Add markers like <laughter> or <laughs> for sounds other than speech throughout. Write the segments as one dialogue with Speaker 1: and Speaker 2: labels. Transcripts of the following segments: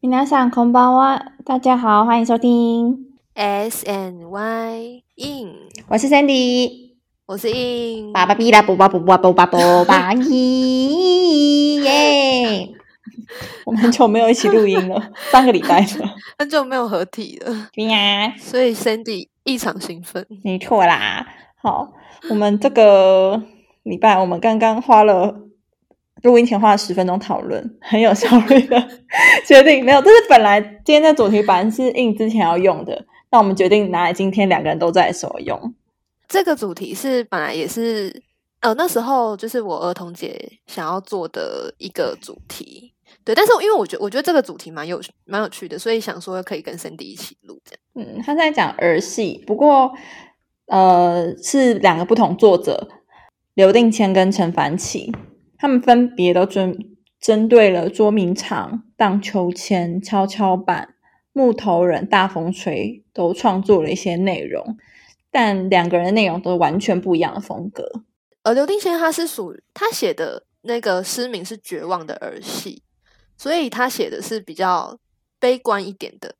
Speaker 1: 皆さんこんばんは，啊大家好，欢迎收听，
Speaker 2: S and Y in，
Speaker 1: 我是 Sandy，
Speaker 2: 我是 in，
Speaker 1: 巴巴比啦，啵巴啵巴啵巴啵巴咦耶！我们很久没有一起录音 <laughs> 了，上个礼拜了。
Speaker 2: 很久没有合体了，
Speaker 1: 对呀、
Speaker 2: 所以 Sandy 异常兴奋。
Speaker 1: 没错啦。好，我们这个礼拜我们刚刚花了录音前花了十分钟讨论，很有效率的 <laughs> 决定。没有，这是本来今天的主题版是印之前要用的，那我们决定拿来今天两个人都在的时候用。
Speaker 2: 这个主题是本来也是，呃，那时候就是我儿童节想要做的一个主题，对。但是因为我觉我觉得这个主题蛮有蛮有趣的，所以想说可以跟 Sandy 一起录这样。
Speaker 1: 嗯，他在讲儿戏，不过呃是两个不同作者，刘定谦跟陈凡奇，他们分别都针针对了捉迷藏、荡秋千、跷跷板、木头人、大风吹，都创作了一些内容，但两个人的内容都完全不一样的风格。
Speaker 2: 呃，刘定谦他是属于他写的那个诗名是《绝望的儿戏》，所以他写的是比较悲观一点的，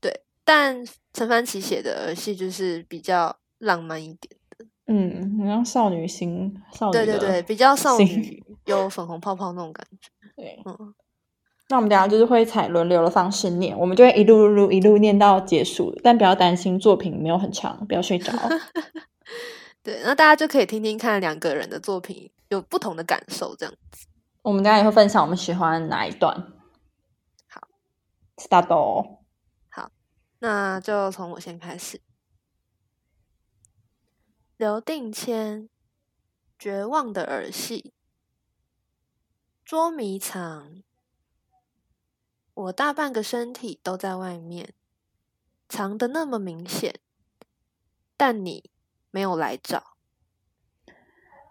Speaker 2: 对。但陈凡奇写的儿戏就是比较浪漫一点，
Speaker 1: 嗯，好像少女心，少女
Speaker 2: 对对
Speaker 1: 的
Speaker 2: 对，比较少
Speaker 1: 心
Speaker 2: 女有粉红泡泡那种感觉。
Speaker 1: 对，
Speaker 2: 嗯
Speaker 1: 那我们等一下就是会采轮流的方式念，我们就会一路录一路念到结束，但不要担心作品没有很长，不要睡着。
Speaker 2: <laughs> 对，那大家就可以听听看两个人的作品有不同的感受，这样。
Speaker 1: 我们等一下也会分享我们喜欢哪一段。
Speaker 2: 好
Speaker 1: ，start 哦。
Speaker 2: 那就从我先开始。刘定谦，《绝望的儿戏》，捉迷藏。我大半个身体都在外面，藏得那么明显，但你没有来找。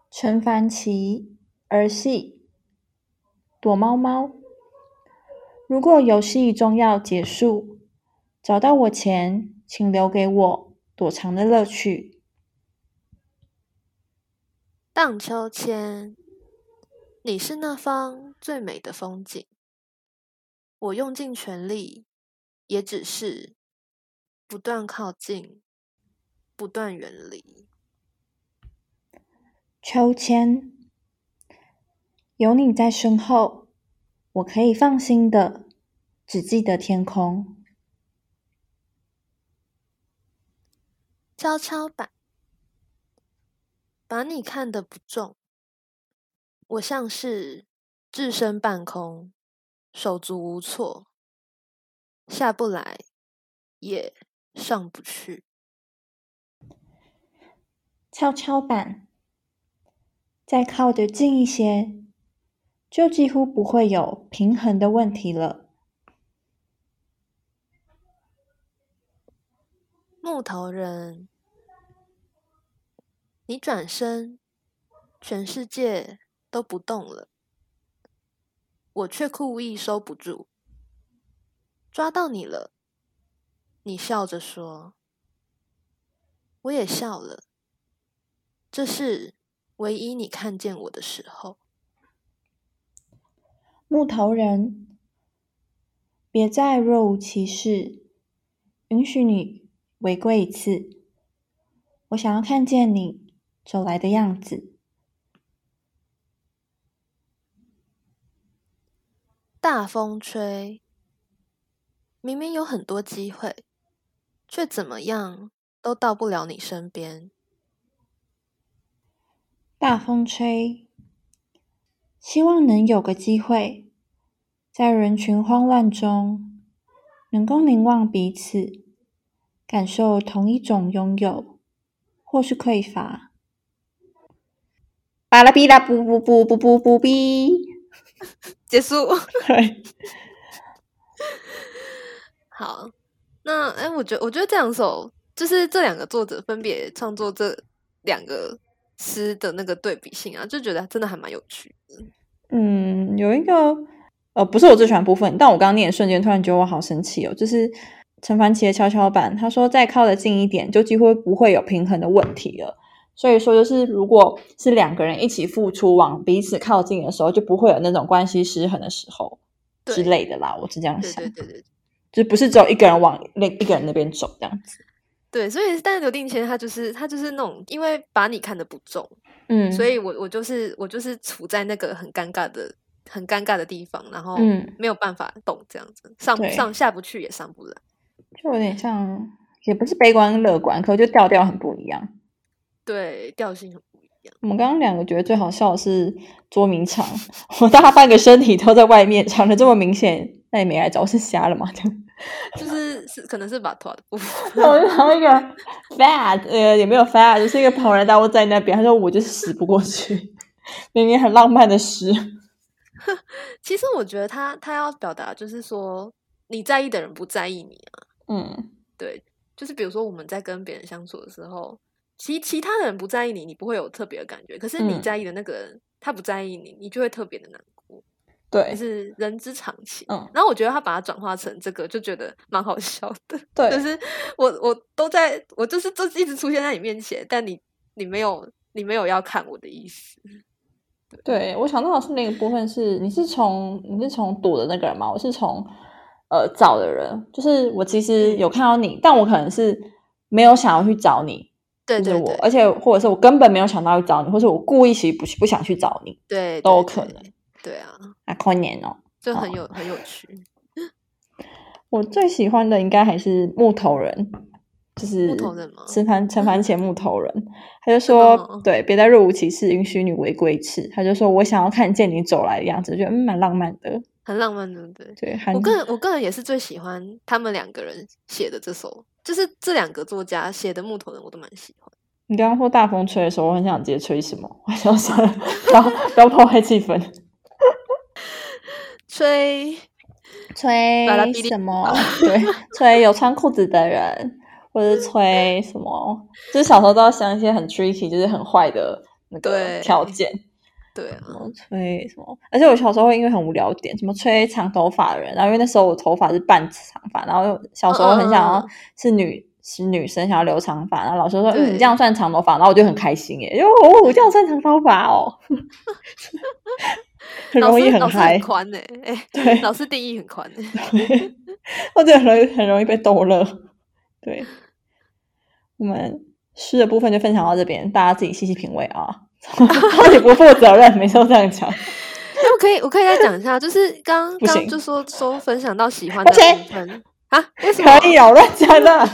Speaker 1: 陈凡奇儿戏躲猫猫。如果游戏终要结束，找到我前，请留给我躲藏的乐趣。
Speaker 2: 荡秋千，你是那方最美的风景。我用尽全力，也只是不断靠近，不断远离。
Speaker 1: 秋千，有你在身后，我可以放心的，只记得天空。
Speaker 2: 跷跷板，把你看得不重。我像是置身半空，手足无措，下不来，也上不去。
Speaker 1: 跷跷板，再靠得近一些，就几乎不会有平衡的问题了。
Speaker 2: 木头人，你转身，全世界都不动了，我却故意收不住，抓到你了。你笑着说，我也笑了。这是唯一你看见我的时候。
Speaker 1: 木头人，别再若无其事，允许你违规一次。我想要看见你走来的样子。
Speaker 2: 大风吹，明明有很多机会，却怎么样都到不了你身边。
Speaker 1: 大风吹，希望能有个机会，在人群慌乱中，能够凝望彼此，感受同一种拥有，或是匮乏。巴拉比拉不不不不不不比，<laughs>
Speaker 2: 结束。
Speaker 1: 对，
Speaker 2: 好，那哎，我觉得我觉得这两首就是这两个作者分别创作这两个诗的那个对比性啊，就觉得真的还蛮有趣的。
Speaker 1: 嗯，有一个呃，不是我最喜欢的部分，但我刚刚念的瞬间，突然觉得我好生气哦。就是陈凡奇的跷跷板，他说再靠得近一点，就几乎不会有平衡的问题了。所以说，就是如果是两个人一起付出，往彼此靠近的时候，就不会有那种关系失衡的时候。
Speaker 2: 对
Speaker 1: 之类的啦。我是这样
Speaker 2: 对
Speaker 1: 想，
Speaker 2: 对对对
Speaker 1: 就不是只有一个人往另一个人那边走这样子。
Speaker 2: 对，所以但是刘定谦他就是他就是那种，因为把你看得不重，
Speaker 1: 嗯，
Speaker 2: 所
Speaker 1: 以
Speaker 2: 以我我就是我就是处在那个很尴尬的很尴尬的地方，然后
Speaker 1: 嗯，
Speaker 2: 没有办法动这样子，上不
Speaker 1: 对
Speaker 2: 上下不去也上不来。
Speaker 1: 就有点像，也不是悲观跟乐观，可我觉得调调很不一样。
Speaker 2: 对，调性很不一样。
Speaker 1: 我们刚刚两个觉得最好笑的是捉迷藏， <laughs> 我大半个身体都在外面，藏的这么明显，那你没来找我是瞎了吗？这样，
Speaker 2: 就是是可能是把头的部分， <laughs>
Speaker 1: 我就想到一个 <laughs> fat，呃，也没有 fat，就是一个庞然大物在那边，他说我就是死不过去， <laughs> 明明很浪漫的诗，
Speaker 2: 其实我觉得他他要表达就是说，你在意的人不在意你啊。
Speaker 1: 嗯，
Speaker 2: 对，就是比如说我们在跟别人相处的时候，其其他的人不在意你，你不会有特别的感觉，可是你
Speaker 1: 嗯
Speaker 2: 在意的那个人、他不在意你，你就会特别的难过，就
Speaker 1: 对，
Speaker 2: 是人之常情。
Speaker 1: 嗯，
Speaker 2: 然后我觉得他把它转化成这个，就觉得蛮好笑的。
Speaker 1: 对，
Speaker 2: 就是我我都在，我就是就是一直出现在你面前，但你你没有你没有要看我的意思。
Speaker 1: 对我想到的是那个部分是，你是从你是从躲的那个人吗？我是从呃找的人，就是我其实有看到你，但我可能是没有想要去找你，
Speaker 2: 对
Speaker 1: 就
Speaker 2: 对
Speaker 1: 是
Speaker 2: 对，
Speaker 1: 我，而且或者是我根本没有想到要找你，或者我故意其实不去不想去找你，
Speaker 2: 对
Speaker 1: 都有
Speaker 2: 对
Speaker 1: 可
Speaker 2: 对
Speaker 1: 能。
Speaker 2: 对啊，
Speaker 1: 啊，过年哦，
Speaker 2: 就很
Speaker 1: 哦
Speaker 2: 有很有趣。
Speaker 1: 我最喜欢的应该还是木头人，就是
Speaker 2: 木头人吗哦
Speaker 1: 陈凡陈凡前木头人，他就
Speaker 2: 真的
Speaker 1: 说
Speaker 2: 吗
Speaker 1: 对，别再若无其事，允许你违规吃。他就说我想要看见你走来的样子，觉得嗯蛮浪漫的，
Speaker 2: 很浪漫，对不对？
Speaker 1: 对，还
Speaker 2: 我个人我个人也是最喜欢他们两个人写的这首，就是这两个作家写的《木头人》，我都蛮喜欢。
Speaker 1: 你刚刚说大风吹的时候，我很想直接吹什么， <laughs> 我想算了，不要不要破坏气氛，
Speaker 2: 吹，
Speaker 1: 吹
Speaker 2: 巴拉哔哩
Speaker 1: 什 <laughs> 么？对，
Speaker 2: <laughs>
Speaker 1: 吹有穿裤子的人，或者吹什么？就是小时候都要想一些很 tricky，就是很坏的那个
Speaker 2: 对
Speaker 1: 条件，
Speaker 2: 对
Speaker 1: 什
Speaker 2: 啊，
Speaker 1: 么吹什么？而且我小时候会因为很无聊点，什么吹长头发的人，然后因为那时候我头发是半长发，然后小时候很想
Speaker 2: 嗯嗯
Speaker 1: 要
Speaker 2: 嗯
Speaker 1: 是女。是女生想要留长发，然后老师说：“嗯，
Speaker 2: 对
Speaker 1: 你这样算长头发。”然后我就很开心耶，因为哦，我这样算长头发哦， <laughs> 很
Speaker 2: 老
Speaker 1: 容
Speaker 2: 师
Speaker 1: 易很
Speaker 2: 老师
Speaker 1: 嗨
Speaker 2: 很，宽呢、欸，哎、
Speaker 1: 对，
Speaker 2: 老师定义很宽、欸。 <laughs>
Speaker 1: 对，我觉得很容易很容易被逗乐。对，我们诗的部分就分享到这边，大家自己细细品味啊。 <laughs> 超级不负责任，每次都这样讲，
Speaker 2: 那我可以我可以再讲一下，就是刚
Speaker 1: 不
Speaker 2: 刚
Speaker 1: 行
Speaker 2: 就说说分享到喜欢
Speaker 1: 不
Speaker 2: 的
Speaker 1: 行
Speaker 2: 部分啊，为什么？
Speaker 1: 可以哦，乱讲的。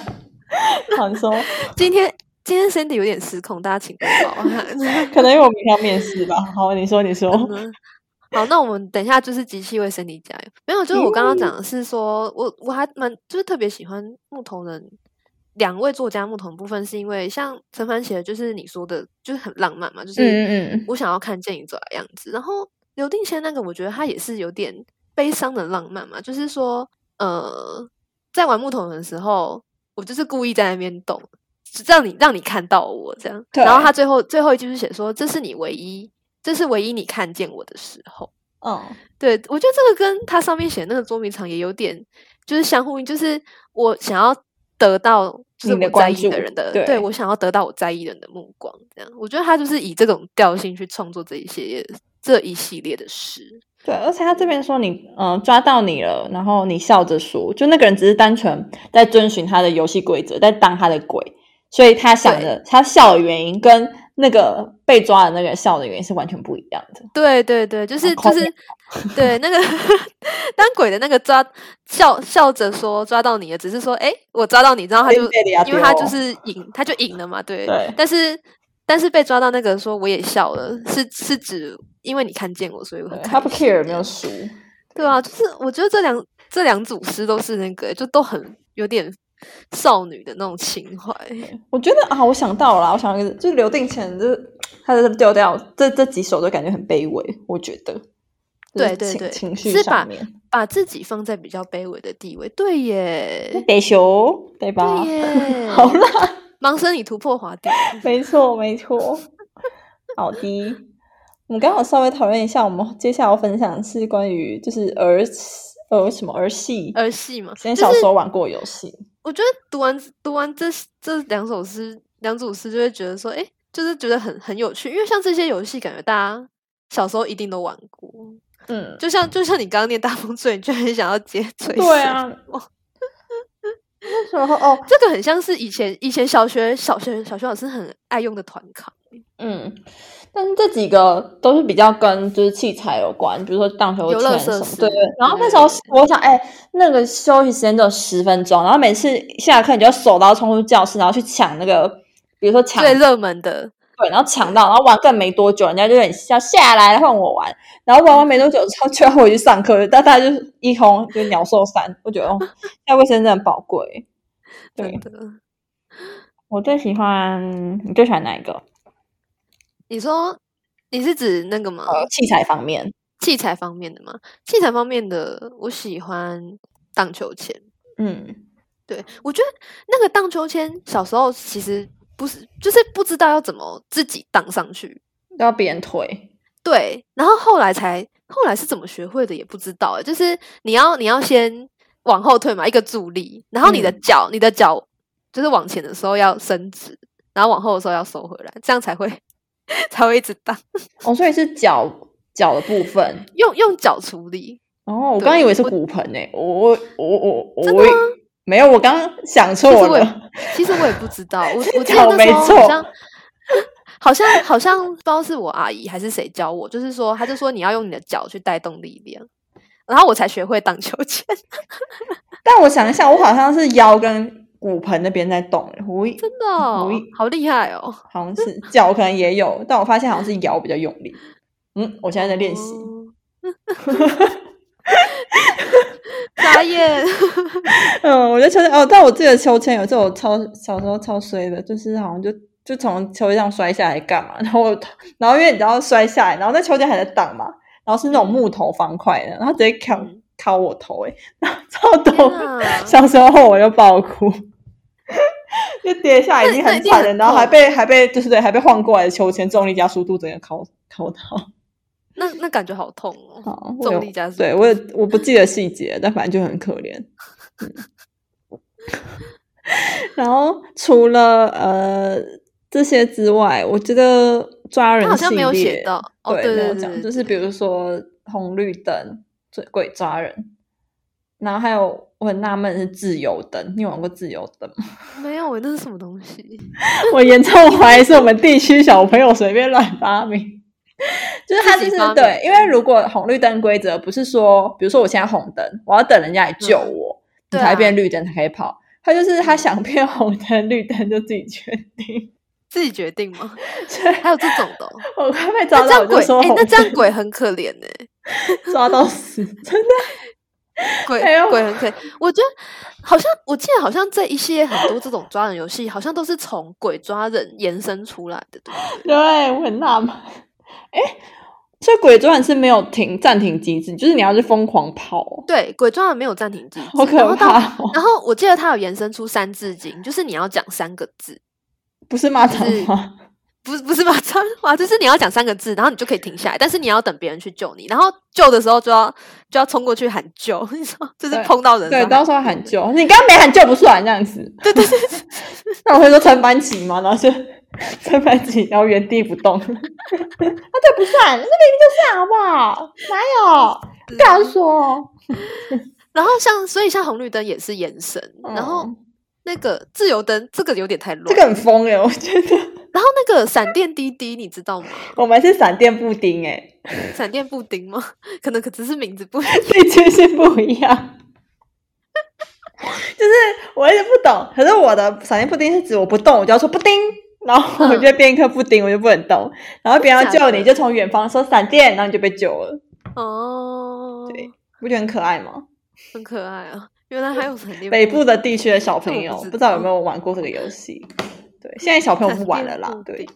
Speaker 1: 好，你说，
Speaker 2: 今天今天 Cindy 有点失控，大家请多包 <laughs> 涵。
Speaker 1: 可能因为我明天要面试吧。好，你说，你说，
Speaker 2: 嗯，好，那我们等一下就是集气为身体加油。没有，就是我刚刚讲
Speaker 1: 嗯
Speaker 2: 的是说，我我还蛮就是特别喜欢木头人两位作家木头人部分，是因为像陈凡写的，就是你说的，就是很浪漫嘛，就是
Speaker 1: 嗯嗯
Speaker 2: 我想要看见你走来的样子。然后刘定谦那个，我觉得他也是有点悲伤的浪漫嘛，就是说，呃，在玩木头人的时候，我就是故意在那边动，只让你让你看到我这样。
Speaker 1: 对
Speaker 2: 然后他最后最后一句是写说：“这是你唯一，这是唯一你看见我的时候。
Speaker 1: 嗯
Speaker 2: 对”我觉得这个跟他上面写的那个捉迷藏也有点就是相呼应，就是我想要得到就是
Speaker 1: 你的
Speaker 2: 我在意
Speaker 1: 关注
Speaker 2: 的人的，
Speaker 1: 对
Speaker 2: 我想要得到我在意人的目光，这样。我觉得他就是以这种调性去创作这一些这一系列的诗。
Speaker 1: 对，而且他这边说你，嗯、抓到你了，然后你笑着说，就那个人只是单纯在遵循他的游戏规则，在当他的鬼，所以他想的，他笑的原因跟那个被抓的那个笑的原因是完全不一样的。
Speaker 2: 对对对，就是
Speaker 1: 好
Speaker 2: 就是， <laughs> 对那个当鬼的那个抓笑笑着说抓到你了，只是说哎、诶我抓到你，然后他就
Speaker 1: 被被抓
Speaker 2: 因为他
Speaker 1: 到
Speaker 2: 就是赢，他就赢了嘛，对。
Speaker 1: 哦对
Speaker 2: 但是但是被抓到那个说我也笑了，是是指因为你看见我，所以我很
Speaker 1: 对
Speaker 2: 开
Speaker 1: 他不
Speaker 2: 心
Speaker 1: care 有
Speaker 2: 这
Speaker 1: 没有
Speaker 2: 样
Speaker 1: 输，
Speaker 2: 对啊，就是我觉得这两这两组诗都是那个就都很有点少女的那种情怀，
Speaker 1: 我觉得啊，我想到了啦，我想到一个，就是刘定前，就是他的调调，这这几首都感觉很卑微，我觉得。就是
Speaker 2: 对对
Speaker 1: 情
Speaker 2: 对
Speaker 1: 情绪
Speaker 2: 是吧
Speaker 1: 上面，
Speaker 2: 把自己放在比较卑微的地位，对耶，
Speaker 1: 得球对吧？
Speaker 2: 对耶，
Speaker 1: <laughs> 好啦，
Speaker 2: 盲僧你突破滑点。
Speaker 1: 没错，没错。 <laughs> 好的，我们刚好稍微讨论一下，我们接下来要分享的是关于就是儿儿什么儿戏，
Speaker 2: 儿戏嘛，
Speaker 1: 之前
Speaker 2: 就
Speaker 1: 小
Speaker 2: 是
Speaker 1: 时候玩过游戏，
Speaker 2: 我觉得读完读完这这两首诗，两组诗就会觉得说，哎，就是觉得很很有趣，因为像这些游戏，感觉大家小时候一定都玩过。
Speaker 1: 嗯，
Speaker 2: 就像就像你刚刚念大风吹，你就很想要接嘴。
Speaker 1: 对，
Speaker 2: <laughs>
Speaker 1: 啊。那时候哦，
Speaker 2: 这个很像是以前以前小学小学小学老师很爱用的团考。
Speaker 1: 嗯，但是这几个都是比较跟就是器材有关，比如说荡秋
Speaker 2: 游乐
Speaker 1: 千
Speaker 2: 设
Speaker 1: 什么。
Speaker 2: 施
Speaker 1: 对，然后
Speaker 2: 对
Speaker 1: 那
Speaker 2: 对
Speaker 1: 时候
Speaker 2: 对
Speaker 1: 我想，哎、那个休息时间只有十分钟，然后每次下课你就要手刀冲入教室，然后去抢那个，比如说抢
Speaker 2: 最热门的，
Speaker 1: 对，然后抢到，然后玩更没多久，人家就有点要下来换我玩，然后玩完没多久之后就要回去上课，但大家就是一空就鸟兽散，我觉得哦，下卫生真的很宝贵。对
Speaker 2: 真的。
Speaker 1: 我最喜欢，你最喜欢哪一个？
Speaker 2: 你说你是指那个吗？
Speaker 1: 呃，器材方面，
Speaker 2: 器材方面的吗？器材方面的，我喜欢荡秋千。
Speaker 1: 嗯
Speaker 2: 对我觉得那个荡秋千，小时候其实不是，就是不知道要怎么自己荡上去。
Speaker 1: 都要别人推，
Speaker 2: 对，然后后来才后来是怎么学会的也不知道欸，就是你要你要先往后退嘛，一个助力，然后你的
Speaker 1: 嗯
Speaker 2: 脚、你的脚就是往前的时候要伸直，然后往后的时候要收回来，这样才会 <laughs> 才会一直荡，
Speaker 1: 哦，所以是脚脚的部分。
Speaker 2: 用用脚处理。
Speaker 1: 哦，我
Speaker 2: 对
Speaker 1: 刚刚以为是
Speaker 2: 我
Speaker 1: 骨盆诶、我我我我我我以没有，我刚刚想错
Speaker 2: 其实我也
Speaker 1: 了。
Speaker 2: 其实我也不知道，
Speaker 1: <laughs>
Speaker 2: 我我记
Speaker 1: 脚
Speaker 2: 得那
Speaker 1: 没
Speaker 2: 时候
Speaker 1: 错
Speaker 2: 好像好像好像不知道是我阿姨还是谁教我，就是说他就说你要用你的脚去带动力量，然后我才学会荡秋千。
Speaker 1: 但我想一下，我好像是腰跟骨盆那边在动，欸我一
Speaker 2: 真的
Speaker 1: <laughs>
Speaker 2: 哦、
Speaker 1: 一
Speaker 2: 好厉害哦！
Speaker 1: 好像是脚可能也有，但我发现好像是腰比较用力。嗯，我现在在练习。
Speaker 2: 哦。 <laughs> 傻眼，
Speaker 1: <laughs> 嗯，我觉得秋千哦，但我记得秋千有一次我超小时候超衰的，就是好像就就从秋千上摔下来干嘛，然后我然后因为你知道摔下来，然后那秋千还在荡嘛，然后是那种木头方块的，然后直接敲
Speaker 2: 嗯
Speaker 1: 敲我头、欸， <laughs> 哎，超
Speaker 2: 天
Speaker 1: 痛！
Speaker 2: 哪
Speaker 1: 小时候我就爆哭。就跌下来已经
Speaker 2: 那那
Speaker 1: 很
Speaker 2: 一定
Speaker 1: 惨了，
Speaker 2: 很
Speaker 1: 然后还
Speaker 2: 痛
Speaker 1: 被还被就是对还被晃过来的秋千重力加速度整个敲敲到。
Speaker 2: 那那感觉好痛哦！
Speaker 1: 好，我
Speaker 2: 重
Speaker 1: 有
Speaker 2: 力加速
Speaker 1: 对
Speaker 2: 度
Speaker 1: 我也我不记得细节，但反正就很可
Speaker 2: <laughs>
Speaker 1: 怜。嗯、然后除了呃这些之外，我觉得抓人
Speaker 2: 他好像没有
Speaker 1: 系
Speaker 2: 写
Speaker 1: 列
Speaker 2: 到，哦，
Speaker 1: 对
Speaker 2: 对
Speaker 1: 没有
Speaker 2: 对
Speaker 1: 讲，
Speaker 2: 对，
Speaker 1: 就是比如说红绿灯、追鬼抓人，然后还有我很纳闷的是自由灯，你有玩过自由灯吗？
Speaker 2: 没有欸诶，那是什么东西？
Speaker 1: <laughs> 我严重怀疑是我们地区小朋友随便乱发明， <laughs> 就是他就
Speaker 2: 自己
Speaker 1: 是
Speaker 2: 发明
Speaker 1: 对，因为如果红绿灯规则不是说，比如说我现在红灯，我要等人家来救我，你
Speaker 2: 对
Speaker 1: 才
Speaker 2: 啊
Speaker 1: 变绿灯才可以跑。他就是他想变红灯绿灯就自己决定， <laughs>
Speaker 2: 自己决定吗？
Speaker 1: 所以
Speaker 2: 还有这种的哦、
Speaker 1: 我快被抓
Speaker 2: 那这
Speaker 1: 啊到，我
Speaker 2: 样
Speaker 1: 就
Speaker 2: 鬼
Speaker 1: 说
Speaker 2: 哎、
Speaker 1: 红
Speaker 2: 那
Speaker 1: 灯
Speaker 2: 这样鬼很可怜欸呢、
Speaker 1: <laughs> 抓到死，真的
Speaker 2: <laughs> 鬼
Speaker 1: 哎呦
Speaker 2: 鬼很可怜。我觉得好像我记得好像这一系列很多这种抓人游戏，好像都是从鬼抓人延伸出来的，对不对？
Speaker 1: 对我很纳闷。哎，所以鬼抓人是没有停暂停机制，就是你要去疯狂跑哦，
Speaker 2: 对，鬼抓人没有暂停机制，
Speaker 1: 好可
Speaker 2: 然后到
Speaker 1: 怕哦！
Speaker 2: 然后我记得它有延伸出三字经，就是你要讲三个字，
Speaker 1: 不是骂脏
Speaker 2: 是
Speaker 1: 话。
Speaker 2: 不是不 <laughs> 是骂脏话，就是你要讲三个字，然后你就可以停下来，但是你要等别人去救你，然后救的时候就要就要冲过去喊救， <laughs> 你知道，就是
Speaker 1: 对
Speaker 2: 碰到人
Speaker 1: 对，
Speaker 2: 的时候
Speaker 1: 到时候喊救，你刚刚没喊救不出来这样子。对对对， <laughs> 那我会说陈班奇嘛，然后就 <laughs> 陈班奇，然后原地不动。啊， <laughs> 这不算，这明明就算好不好？哪有？不要说。
Speaker 2: 然后像所以像红绿灯也是延伸，然后
Speaker 1: 嗯
Speaker 2: 那个自由灯这个有点太乱，
Speaker 1: 这个很疯哎、我觉得 <laughs>
Speaker 2: 然后那个闪电滴滴你知道吗？
Speaker 1: 我们是闪电布丁哎、
Speaker 2: 闪电布丁吗？ <laughs> 可能可只是名字
Speaker 1: <laughs>
Speaker 2: 不一样
Speaker 1: 地区性不一样。 <laughs> 就是我一直不懂，可是我的闪电布丁是指我不动，我就要说布丁，然后我
Speaker 2: 嗯
Speaker 1: 就变一颗布丁，我就不能动。然后别人要
Speaker 2: 真的
Speaker 1: 救
Speaker 2: 假
Speaker 1: 你，
Speaker 2: 的
Speaker 1: 就从远方说闪电，然后你就被救了，
Speaker 2: 哦，
Speaker 1: 对不觉得很可爱吗？
Speaker 2: 很可爱啊！原来还有闪电
Speaker 1: 北
Speaker 2: 布
Speaker 1: 部的地区的小朋友
Speaker 2: 这我不知
Speaker 1: 不知道有
Speaker 2: 道
Speaker 1: 没有玩过这个游戏？对，现在小朋友
Speaker 2: 闪
Speaker 1: 不玩
Speaker 2: 电
Speaker 1: 了啦
Speaker 2: 布。
Speaker 1: 对，
Speaker 2: 丁。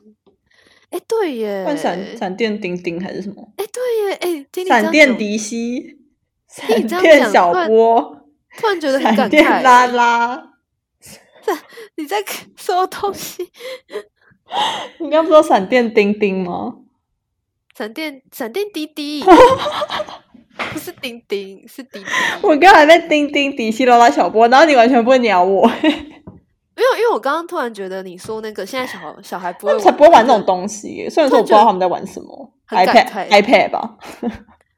Speaker 2: 哎，对耶，
Speaker 1: 换闪闪电丁丁还是什么？
Speaker 2: 哎，对耶，哎，听你这
Speaker 1: 闪
Speaker 2: 样
Speaker 1: 电
Speaker 2: 讲
Speaker 1: 迪西，
Speaker 2: 听
Speaker 1: 闪
Speaker 2: 你这样
Speaker 1: 电
Speaker 2: 讲
Speaker 1: 小
Speaker 2: 突然
Speaker 1: 波，
Speaker 2: 突然觉得很
Speaker 1: 闪
Speaker 2: 感
Speaker 1: 电
Speaker 2: 慨。
Speaker 1: 拉拉。
Speaker 2: 你在看什么东西？
Speaker 1: 你刚不是说闪电丁丁吗？
Speaker 2: 闪电闪电
Speaker 1: <laughs>
Speaker 2: 滴滴，不是叮叮，是滴滴。
Speaker 1: <laughs> 我刚才在叮叮迪西罗拉小波，然后你完全不鸟我，
Speaker 2: <laughs>
Speaker 1: <laughs>
Speaker 2: 没有，因为我刚刚突然觉得你说那个现在小孩小孩不会
Speaker 1: 他们才不会玩这种东西耶。虽然说我不知道他们在玩什么
Speaker 2: 很感
Speaker 1: ，iPad
Speaker 2: <laughs> 慨
Speaker 1: iPad 吧，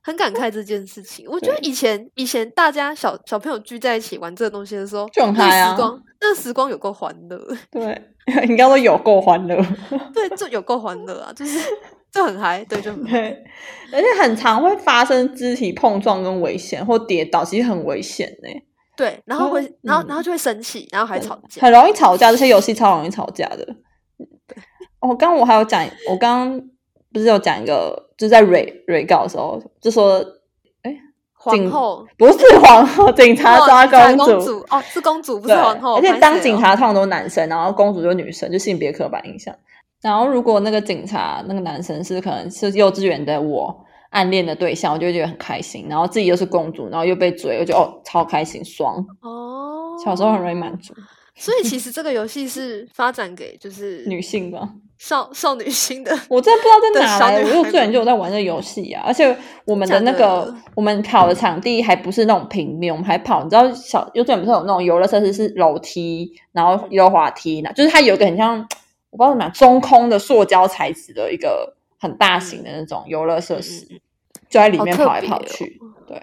Speaker 2: 很感慨这件事情。我觉得以前以前大家小小朋友聚在一起玩这个东西的时候，
Speaker 1: 就很嗨
Speaker 2: 那
Speaker 1: 啊
Speaker 2: 时光那时光有够欢乐， <laughs>
Speaker 1: 对， <laughs> 应该说有够欢乐。 <laughs>
Speaker 2: 对，就有够欢乐啊，就是就很嗨，
Speaker 1: <laughs>
Speaker 2: 对，就很嗨
Speaker 1: 对，而且很常会发生肢体碰撞跟危险或跌倒，其实很危险呢、
Speaker 2: 对，然后会
Speaker 1: 嗯
Speaker 2: 然后然后就会生气，然后还
Speaker 1: 对
Speaker 2: 吵架，
Speaker 1: 很容易吵架，这些游戏超容易吵架的。
Speaker 2: <laughs>
Speaker 1: 我刚、我还有讲，我刚刚不是有讲一个，就是在蕊蕊稿的时候，就说
Speaker 2: 皇
Speaker 1: 警
Speaker 2: 后
Speaker 1: 不是皇后，警察
Speaker 2: 哦
Speaker 1: 抓
Speaker 2: 警察
Speaker 1: 公
Speaker 2: 公主哦，是公主不是
Speaker 1: 对
Speaker 2: 皇后，
Speaker 1: 而且
Speaker 2: 拍
Speaker 1: 当
Speaker 2: 谁
Speaker 1: 警
Speaker 2: 哦
Speaker 1: 察通常都是男生，然后公主就是女生，就性别刻板印象。然后如果那个警察那个男生是可能是幼稚园的我暗恋的对象，我就会觉得很开心。然后自己又是公主，然后又被追，我就哦超开心，爽。
Speaker 2: 哦，
Speaker 1: 小时候很容易满足
Speaker 2: 所以其实这个游戏是发展给就是
Speaker 1: 女性吧，
Speaker 2: 少少女心的， <laughs>
Speaker 1: 我真的不知道在哪来
Speaker 2: 对小女
Speaker 1: 的，
Speaker 2: 孩
Speaker 1: 我幼稚园就有在玩这个游戏啊。而且我们的那
Speaker 2: 真的假
Speaker 1: 个
Speaker 2: 的
Speaker 1: 我们跑的场地还不是那种平面，我们还跑，你知道小幼稚园不是有那种游乐设施是楼梯，然后溜滑梯，那就是它有一个很像我不知道怎么讲中空的塑胶材质的一个很
Speaker 2: 嗯
Speaker 1: 大型的那种游乐设施，就在里面
Speaker 2: 好特
Speaker 1: 跑来
Speaker 2: 别
Speaker 1: 跑
Speaker 2: 哦
Speaker 1: 去。对，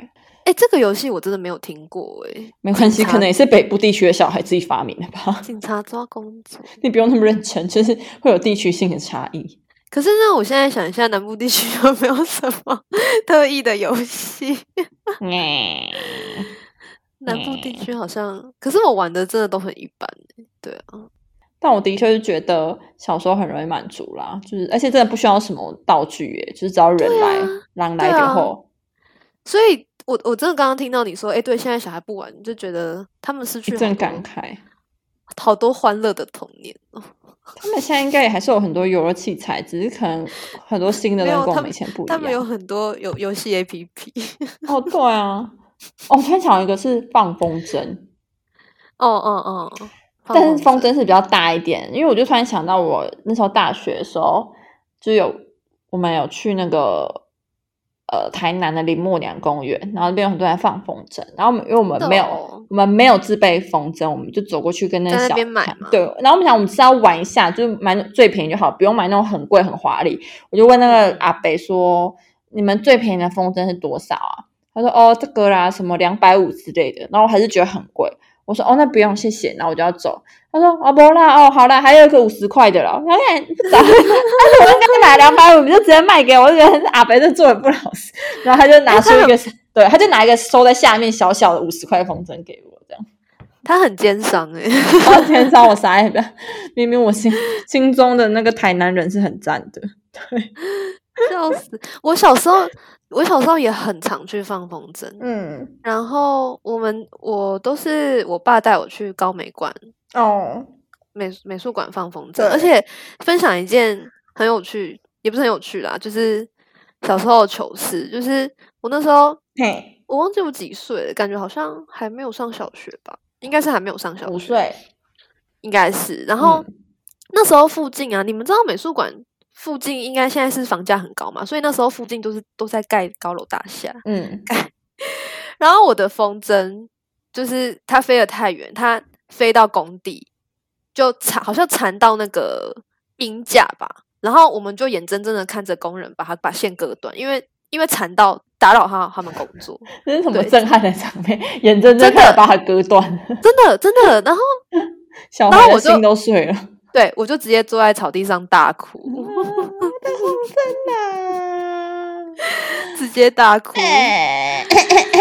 Speaker 2: 哎，这个游戏我真的没有听过哎，
Speaker 1: 没关系，
Speaker 2: 警察
Speaker 1: 可能也是北部地区的小孩自己发明的吧。 <laughs>
Speaker 2: 警察抓公主。
Speaker 1: 你不用那么认真，就是会有地区性的差异。
Speaker 2: <laughs> 可是呢，我现在想一下，南部地区有没有什么特意的游戏？嗯南部地区好像，可是我玩的真的都很一般欸。对啊，
Speaker 1: 但我的确是觉得小时候很容易满足啦，就是而且真的不需要什么道具耶，就是只要人来，
Speaker 2: 对啊
Speaker 1: 狼来
Speaker 2: 对
Speaker 1: 就
Speaker 2: 啊
Speaker 1: 后。
Speaker 2: 所以我我真的刚刚听到你说，哎，对，现在小孩不玩，就觉得他们失去
Speaker 1: 一
Speaker 2: 好
Speaker 1: 阵
Speaker 2: 多
Speaker 1: 感慨。
Speaker 2: 好多欢乐的童年哦。
Speaker 1: 他们现在应该也还是有很多游乐器材，只是可能很多新的
Speaker 2: 没
Speaker 1: 东西跟
Speaker 2: 有他
Speaker 1: 我们
Speaker 2: 们
Speaker 1: 以前不一
Speaker 2: 他们有
Speaker 1: 样。
Speaker 2: 很多游游戏 APP。
Speaker 1: 哦，对
Speaker 2: <laughs>
Speaker 1: 啊，哦，我突然想到一个是放风筝，
Speaker 2: 哦哦哦，
Speaker 1: 但是风
Speaker 2: 筝
Speaker 1: 筝是比较大一点，因为我就突然想到我那时候大学的时候，就有我们有去那个呃台南的林默娘公园，然后那边有很多人在放风筝，然后我们因为我们
Speaker 2: 真的
Speaker 1: 没有、
Speaker 2: 哦
Speaker 1: 我们没有自备风筝，我们就走过去跟那
Speaker 2: 在那
Speaker 1: 小
Speaker 2: 边买
Speaker 1: 摊
Speaker 2: 吗
Speaker 1: 对，然后我们想我们只要玩一下，就是买最便宜就好，不用买那种很贵很华丽。我就问那个阿北说：“你们最便宜的风筝是多少啊？”他说：“哦，这个啦，什么两百五之类的。”然后我还是觉得很贵。我说哦，那不用，谢谢。然后我就要走。他说哦，不啦，哦，好啦，还有一个五十块的了。然后看， <laughs> 找但是我应该买两百五，你就直接卖给我。我就觉得阿北这做人不老实。然哎后他就拿出一个，对，他就拿一个收在下面小小的五十块风筝给我，这样。
Speaker 2: 它很奸商哎、
Speaker 1: 然后天上我傻眼了，明明我心心中的那个台南人是很赞的。
Speaker 2: <laughs> 笑死！我小时候，我小时候也很常去放风筝，
Speaker 1: 嗯，
Speaker 2: 然后我们我都是我爸带我去高美馆
Speaker 1: 哦，
Speaker 2: 美美术馆放风筝，
Speaker 1: 对
Speaker 2: 而且分享一件很有趣，也不是很有趣啦，就是小时候的糗事，就是我那时候
Speaker 1: 嘿，
Speaker 2: 我忘记我几岁了，感觉好像还没有上小学吧，应该是还没有上小学，
Speaker 1: 五岁，嗯
Speaker 2: 应该是。然后、那时候附近啊，你们知道美术馆附近应该现在是房价很高嘛，所以那时候附近都是都在盖高楼大厦。
Speaker 1: 嗯，
Speaker 2: 然后我的风筝就是它飞得太远，它飞到工地就缠，好像缠到那个冰架吧。然后我们就眼睁睁的看着工人把它把线割断，因为因为缠到打扰他他们工作。
Speaker 1: 这是什么
Speaker 2: 对
Speaker 1: 震撼的场面？眼睁睁
Speaker 2: 真的
Speaker 1: 看着把它割断，
Speaker 2: 真的真的，然后
Speaker 1: 小
Speaker 2: 然后
Speaker 1: 孩的
Speaker 2: 我就
Speaker 1: 心都碎了。
Speaker 2: 对我就直接坐在草地上大哭，
Speaker 1: 真的，
Speaker 2: 直接大哭。
Speaker 1: 嗯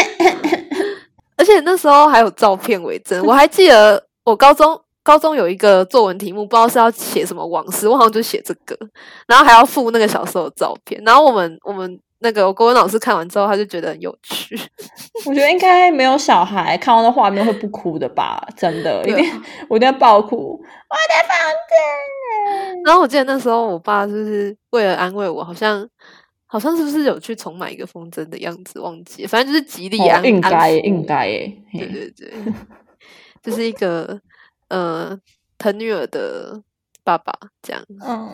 Speaker 2: 而且那时候还有照片为
Speaker 1: <laughs>
Speaker 2: 证，我还记得我高中高中有一个作文题目，不知道是要写什么往事，我好像就写这个，然后还要附那个小时候的照片，然后我们我们那个我国文老师看完之后，他就觉得很有趣，
Speaker 1: 我觉得应该没有小孩看到那画面会不哭的吧？真的，一
Speaker 2: 对啊
Speaker 1: 定我一定要爆哭！我的房间，
Speaker 2: 然后我记得那时候我爸就是为了安慰我，好像。好像是不是有去重买一个风筝的样子，忘记了，反正就是极力安、
Speaker 1: 哦，应
Speaker 2: 安
Speaker 1: 该耶
Speaker 2: 抚
Speaker 1: 应
Speaker 2: 我
Speaker 1: 该耶，
Speaker 2: 对
Speaker 1: 嘿
Speaker 2: 对 <laughs> 对，就是一个呃疼女儿的爸爸这样。
Speaker 1: 嗯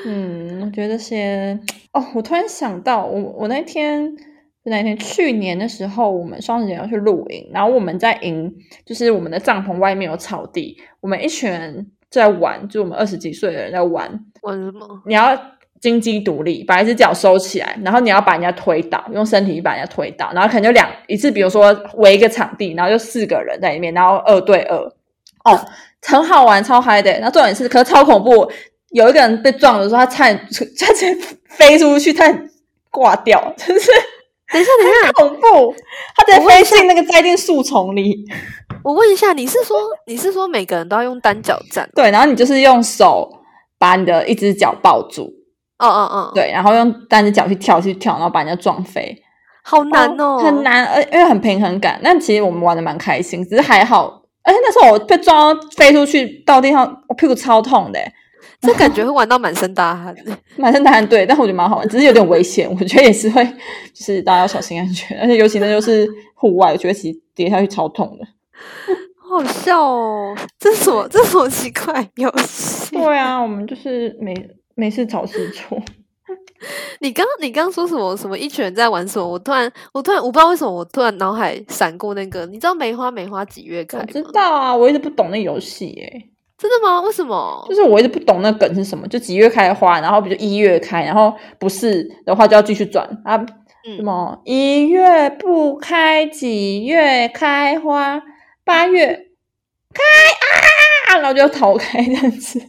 Speaker 1: <laughs> 嗯，我觉得这些哦，我突然想到，我我那天是那天去年的时候，我们双十节要去露营，然后我们在营，就是我们的帐篷外面有草地，我们一群人在玩，就我们二十几岁的人在玩，
Speaker 2: 玩什么？
Speaker 1: 你要经济独立，把一只脚收起来，然后你要把人家推倒，用身体去把人家推倒，然后可能就两一次，比如说围一个场地，然后就四个人在里面，然后二对二，哦，很好玩，超嗨的。然后重点是，可是超恐怖，有一个人被撞的时候，他差点他直接飞出去，他挂掉， <laughs> 真是
Speaker 2: 等一下，等一下，
Speaker 1: 恐怖，他直接飞进那个栽进树丛里。 <laughs>
Speaker 2: 我问一下，你是说你是说每个人都要用单脚站？
Speaker 1: 对，然后你就是用手把你的一只脚抱住，
Speaker 2: 哦哦哦，，
Speaker 1: 对，然后用单只脚去跳去跳，然后把人家撞飞。
Speaker 2: 好难哦，
Speaker 1: 很。难，而因为很平衡感。但其实我们玩的蛮开心，只是还好。而且那时候我被撞到飞出去到地上，我屁股超痛的，
Speaker 2: 这感觉会玩到满身大汗。 <laughs>
Speaker 1: 满身大汗。对，但我觉得蛮好玩，只是有点危险。 <laughs> 我觉得也是会，就是大家要小心安全。而且尤其那就是户外，我觉得其实跌下去超痛的。
Speaker 2: 好好笑哦！这是什么？这是什么奇怪游戏？
Speaker 1: 啊，我们就是没没事找事做。
Speaker 2: <laughs> 你刚你刚说什么？什么一群人在玩什么？我突然我突然我不知道为什么我突然脑海闪过那个，你知道梅花梅花几月
Speaker 1: <laughs>
Speaker 2: 开
Speaker 1: 我
Speaker 2: 吗？
Speaker 1: 知道啊，我一直不懂那游戏耶，
Speaker 2: 真的吗？为什么
Speaker 1: 就？是我一直不懂那梗是什么，就几月开花，然后比如一月开，然后不是的话就要继续转啊，什
Speaker 2: 嗯，
Speaker 1: 么一月不开，几月开花？八月开啊，然后就逃开这样子。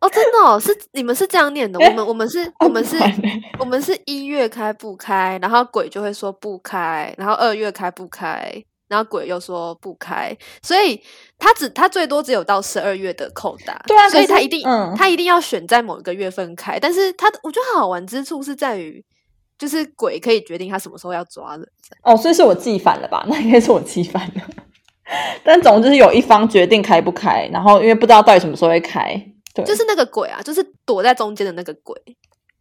Speaker 2: 哦，真的哦，是你们是这样念的，
Speaker 1: 哎
Speaker 2: 我们我们是我们是
Speaker 1: 啊不然嘞
Speaker 2: 我们是一月开不开，然后鬼就会说不开，然后二月开不开，然后鬼又说不开，所以他只他最多只有到十二月的扣打，
Speaker 1: 对啊
Speaker 2: 所以
Speaker 1: 可是
Speaker 2: 他一定、
Speaker 1: 嗯
Speaker 2: 他一定要选在某一个月份开，但是他我觉得好玩之处是在于，就是鬼可以决定他什么时候要抓人，
Speaker 1: 哦，所以是我记反了吧？那应该是我记反了。但总之是有一方决定开不开，然后因为不知道到底什么时候会开，对，
Speaker 2: 就是那个鬼啊，就是躲在中间的那个鬼，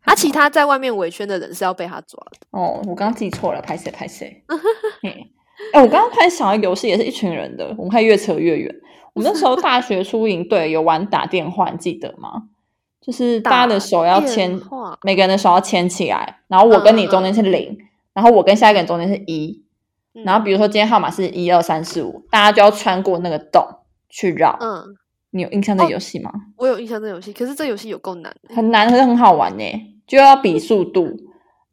Speaker 2: 他、其他在外面围圈的人是要被他抓的，
Speaker 1: 哦，我刚刚记错了，拍谁拍谁。 <laughs> 嘿哎、我刚刚突然想到一个游戏，也是一群人的，我们可以越扯越远。我们那时候大学初营队有玩打电话，你记得吗？就是大家的手要牵
Speaker 2: 打电话，
Speaker 1: 每个人的手要牵起来，然后我跟你中间是零、然后我跟下一个人中间是一、
Speaker 2: 嗯
Speaker 1: 然后比如说今天号码是一二三四五，大家就要穿过那个洞去绕。
Speaker 2: 嗯，
Speaker 1: 你有印象这
Speaker 2: 哦
Speaker 1: 游戏吗？
Speaker 2: 我有印象这游戏，可是这游戏有够难的，
Speaker 1: 很难，可是很好玩呢，就要比速度。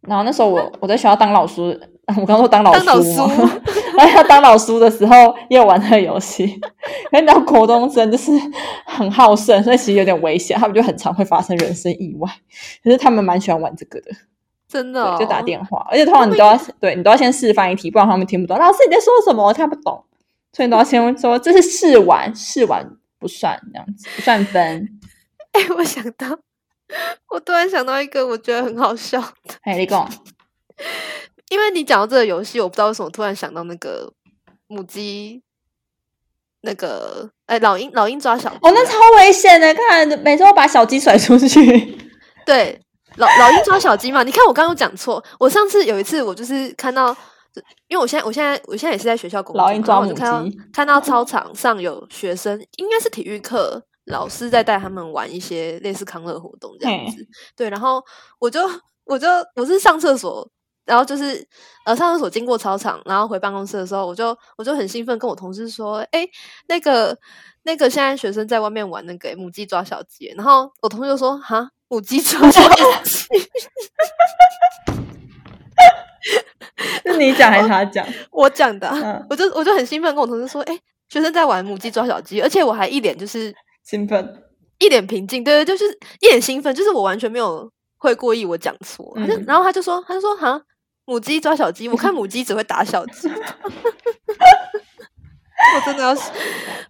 Speaker 1: 然后那时候我我在学校当老师， <laughs> 我刚说当老
Speaker 2: 当
Speaker 1: 师
Speaker 2: 老
Speaker 1: 嘛，
Speaker 2: 师
Speaker 1: <laughs> 然后要当老师的时候也有玩这个游戏。可是你知道国中生就是很好胜，所以其实有点危险，他们就很常会发生人身意外。可是他们蛮喜欢玩这个的，
Speaker 2: 真的、哦
Speaker 1: 对，就打电话，而且通常你都要对你都要先示范一题，不然他们听不懂。老师你在说什么？我看不懂，所以你都要先说这是试玩，试玩不算这样子，不算分。
Speaker 2: 哎、我想到，我突然想到一个我觉得很好笑，
Speaker 1: 哎，你讲，
Speaker 2: 因为你讲到这个游戏，我不知道为什么突然想到那个母鸡，那个哎、老鹰老鹰抓小鸡啊，
Speaker 1: 哦，那超危险的，看来每次都把小鸡甩出去。
Speaker 2: <laughs> 对老老鹰抓小鸡嘛。你看我刚刚有讲错，我上次有一次我就是看到。因为我现在，我现在，我现在也是在学校工作，
Speaker 1: 老鹰
Speaker 2: 然后
Speaker 1: 抓
Speaker 2: 我就
Speaker 1: 母
Speaker 2: 看到
Speaker 1: 鸡
Speaker 2: 看到操场上有学生，应该是体育课老师在带他们玩一些类似康乐活动这样
Speaker 1: 嘿
Speaker 2: 子。对，然后我就我就我是上厕所，然后就是呃上厕所经过操场，然后回办公室的时候，我就我就很兴奋跟我同事说，哎，那个那个现在学生在外面玩那个母鸡抓小鸡，然后我同事就说哈母鸡抓小鸡，
Speaker 1: <laughs> 是你讲还是他讲？
Speaker 2: 我讲的啊、
Speaker 1: 嗯
Speaker 2: 我就我就很兴奋跟我同事说，哎，学生在玩母鸡抓小鸡，而且我还一脸就是
Speaker 1: 兴
Speaker 2: <laughs>
Speaker 1: 奋，
Speaker 2: 一脸平静，对对，就是一脸兴奋，就是我完全没有会过意我讲错。他就
Speaker 1: 嗯
Speaker 2: 然后他就说，他就说哈，母鸡抓小鸡，我看母鸡只会打小鸡。 <laughs> 我真的要死，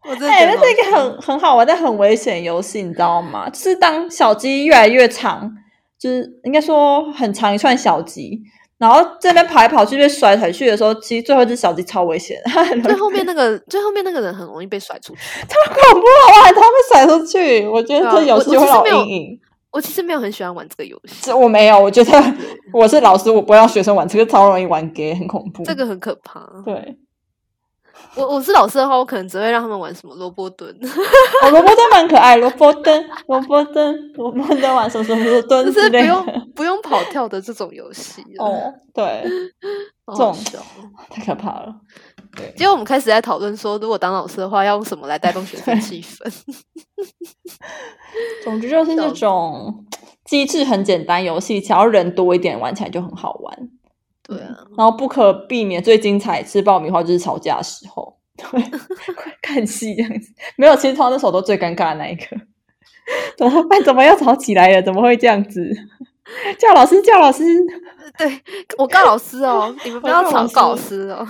Speaker 2: 我真的
Speaker 1: 哎、
Speaker 2: 觉得
Speaker 1: 那是一个
Speaker 2: 好笑
Speaker 1: 很很好玩但很危险的游戏，你知道吗？就是当小鸡越来越长，就是应该说很长一串小鸡，然后这边跑来跑去被甩来甩去的时候，其实最后一只小鸡超危险，
Speaker 2: <laughs>
Speaker 1: 它很容
Speaker 2: 最
Speaker 1: 易
Speaker 2: 后面那个最后面那个人很容易被甩出去。
Speaker 1: 恐怖好玩，它被甩出去。我觉得
Speaker 2: 对啊
Speaker 1: 这游戏会
Speaker 2: 我我其实
Speaker 1: 让我
Speaker 2: 没有
Speaker 1: 阴影。
Speaker 2: 我其实没有很喜欢玩这个游戏，
Speaker 1: 这我没有，我觉得 <laughs> 我是老师，我不会让学生玩这个，超容易玩 gay，很恐怖。
Speaker 2: 这个很可怕。
Speaker 1: 对，
Speaker 2: 我我是老师的话，我可能只会让他们玩什么萝卜蹲， <laughs>
Speaker 1: <laughs> 哦，萝卜蹲蛮可爱，萝卜蹲， <laughs> 萝卜蹲，萝卜蹲玩什么什么什么
Speaker 2: 就
Speaker 1: 蹲
Speaker 2: 是
Speaker 1: 之
Speaker 2: 不
Speaker 1: 类的。 <laughs> 哦
Speaker 2: 用不用跑跳的这种游戏。，
Speaker 1: 哦，对， <laughs>
Speaker 2: 好
Speaker 1: 这种
Speaker 2: 好笑哦
Speaker 1: 太可怕了。对，
Speaker 2: 结果我们开始在讨论说，如果当老师的话，要用什么来带动学生气 <laughs> 氛？
Speaker 1: 总之就是这
Speaker 2: 笑死
Speaker 1: 种机制很简单，游戏只要人多一点，玩起来就很好玩。
Speaker 2: 对啊，
Speaker 1: 然后不可避免最精彩吃爆米花就是吵架的时候， <laughs> 对，看戏这样子。没有，其实通常那时候都最尴尬的那一个。 <laughs> 怎么办？怎么又吵起来了？怎么会这样子？ <laughs> 叫老师，叫老师！
Speaker 2: 对我告老师 <laughs> 哦，你们不
Speaker 1: 我
Speaker 2: 要
Speaker 1: 告
Speaker 2: 吵
Speaker 1: 老
Speaker 2: 告老
Speaker 1: 师
Speaker 2: 师哦。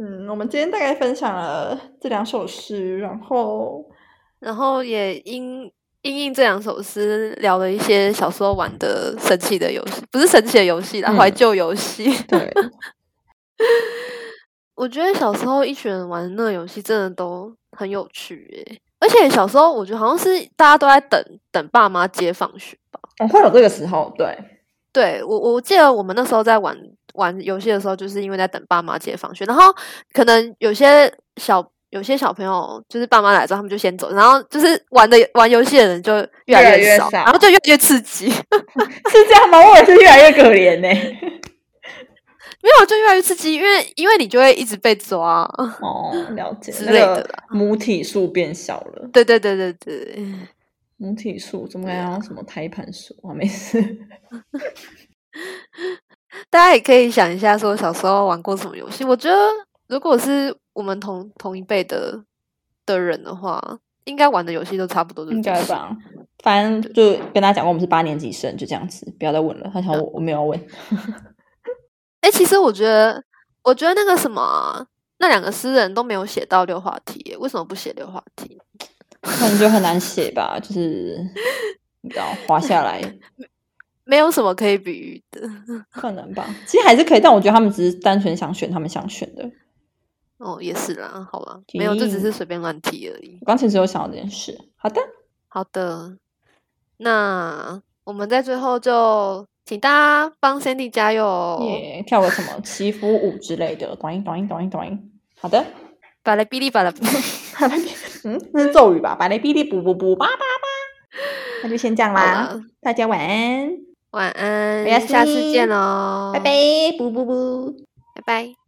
Speaker 1: 嗯，我们今天大概分享了这两首诗，然后
Speaker 2: 然后也因因应这两首诗，聊了一些小时候玩的神奇的游戏，不是神奇的游戏啦，怀
Speaker 1: 嗯
Speaker 2: 旧游戏。
Speaker 1: 对，
Speaker 2: <laughs> 我觉得小时候一群人玩那个游戏真的都很有趣诶、而且小时候我觉得好像是大家都在等等爸妈接放学吧。
Speaker 1: 我哦会有这个时候，对，
Speaker 2: 对我我记得我们那时候在玩玩游戏的时候，就是因为在等爸妈接放学，然后可能有些小有些小朋友就是爸妈来之后，他们就先走，然后就是玩的玩游戏的人就越
Speaker 1: 越
Speaker 2: 来
Speaker 1: 来
Speaker 2: 越
Speaker 1: 越
Speaker 2: 少，然
Speaker 1: 少
Speaker 2: 后就越来越刺
Speaker 1: <laughs>
Speaker 2: 激。<laughs>
Speaker 1: 是这样吗？我也是越来越可怜呢、
Speaker 2: 没有，就越来越刺激，因为因为你就会一直被抓。
Speaker 1: <laughs>
Speaker 2: <laughs>
Speaker 1: 哦，了解
Speaker 2: 之
Speaker 1: 那
Speaker 2: 类的
Speaker 1: 个母体数变小了，
Speaker 2: 对对对对对，
Speaker 1: 母体数怎么
Speaker 2: 对
Speaker 1: 感觉像什么胎盘数啊？没事，
Speaker 2: 大家也可以想一下，说小时候玩过什么游戏。我觉得，如果是我们同同一辈的的人的话，应该玩的游戏都差不多，
Speaker 1: <laughs> 应该？
Speaker 2: <laughs>
Speaker 1: 吧。反正就跟大家讲过，我们是八年级生，就这样子，不要再问了。他想我我没有问，
Speaker 2: 哎、其实我觉得，我觉得那个什么啊、那两个诗人都没有写到六话题耶，为什么不写六话题？
Speaker 1: 可能就很难写吧，就是你知道滑下来，
Speaker 2: 没有什么可以比喻的。
Speaker 1: 可能吧。其实还是可以，但我觉得他们只是单纯想选他们想选的。
Speaker 2: 哦，也是啦，好啦，没有，这只是随便乱提而已
Speaker 1: 我。刚才只有想到这件事。好的，
Speaker 2: 好的，那我们在最后就请大家帮 Sandy 加油哦，
Speaker 1: 也、跳个什么祈福舞之类的，短音短音短音短音。好 <laughs> 的。
Speaker 2: 巴拉哔哩巴拉哔哩。
Speaker 1: 嗯，那是咒语吧？把雷哔哩补补补，叭叭叭。那就先这样
Speaker 2: 好
Speaker 1: 啦
Speaker 2: 啦，
Speaker 1: 大家晚安，
Speaker 2: 晚安，
Speaker 1: 呀
Speaker 2: 下次
Speaker 1: 咪
Speaker 2: 见喽，
Speaker 1: 哦拜拜，，补补补。
Speaker 2: 拜拜。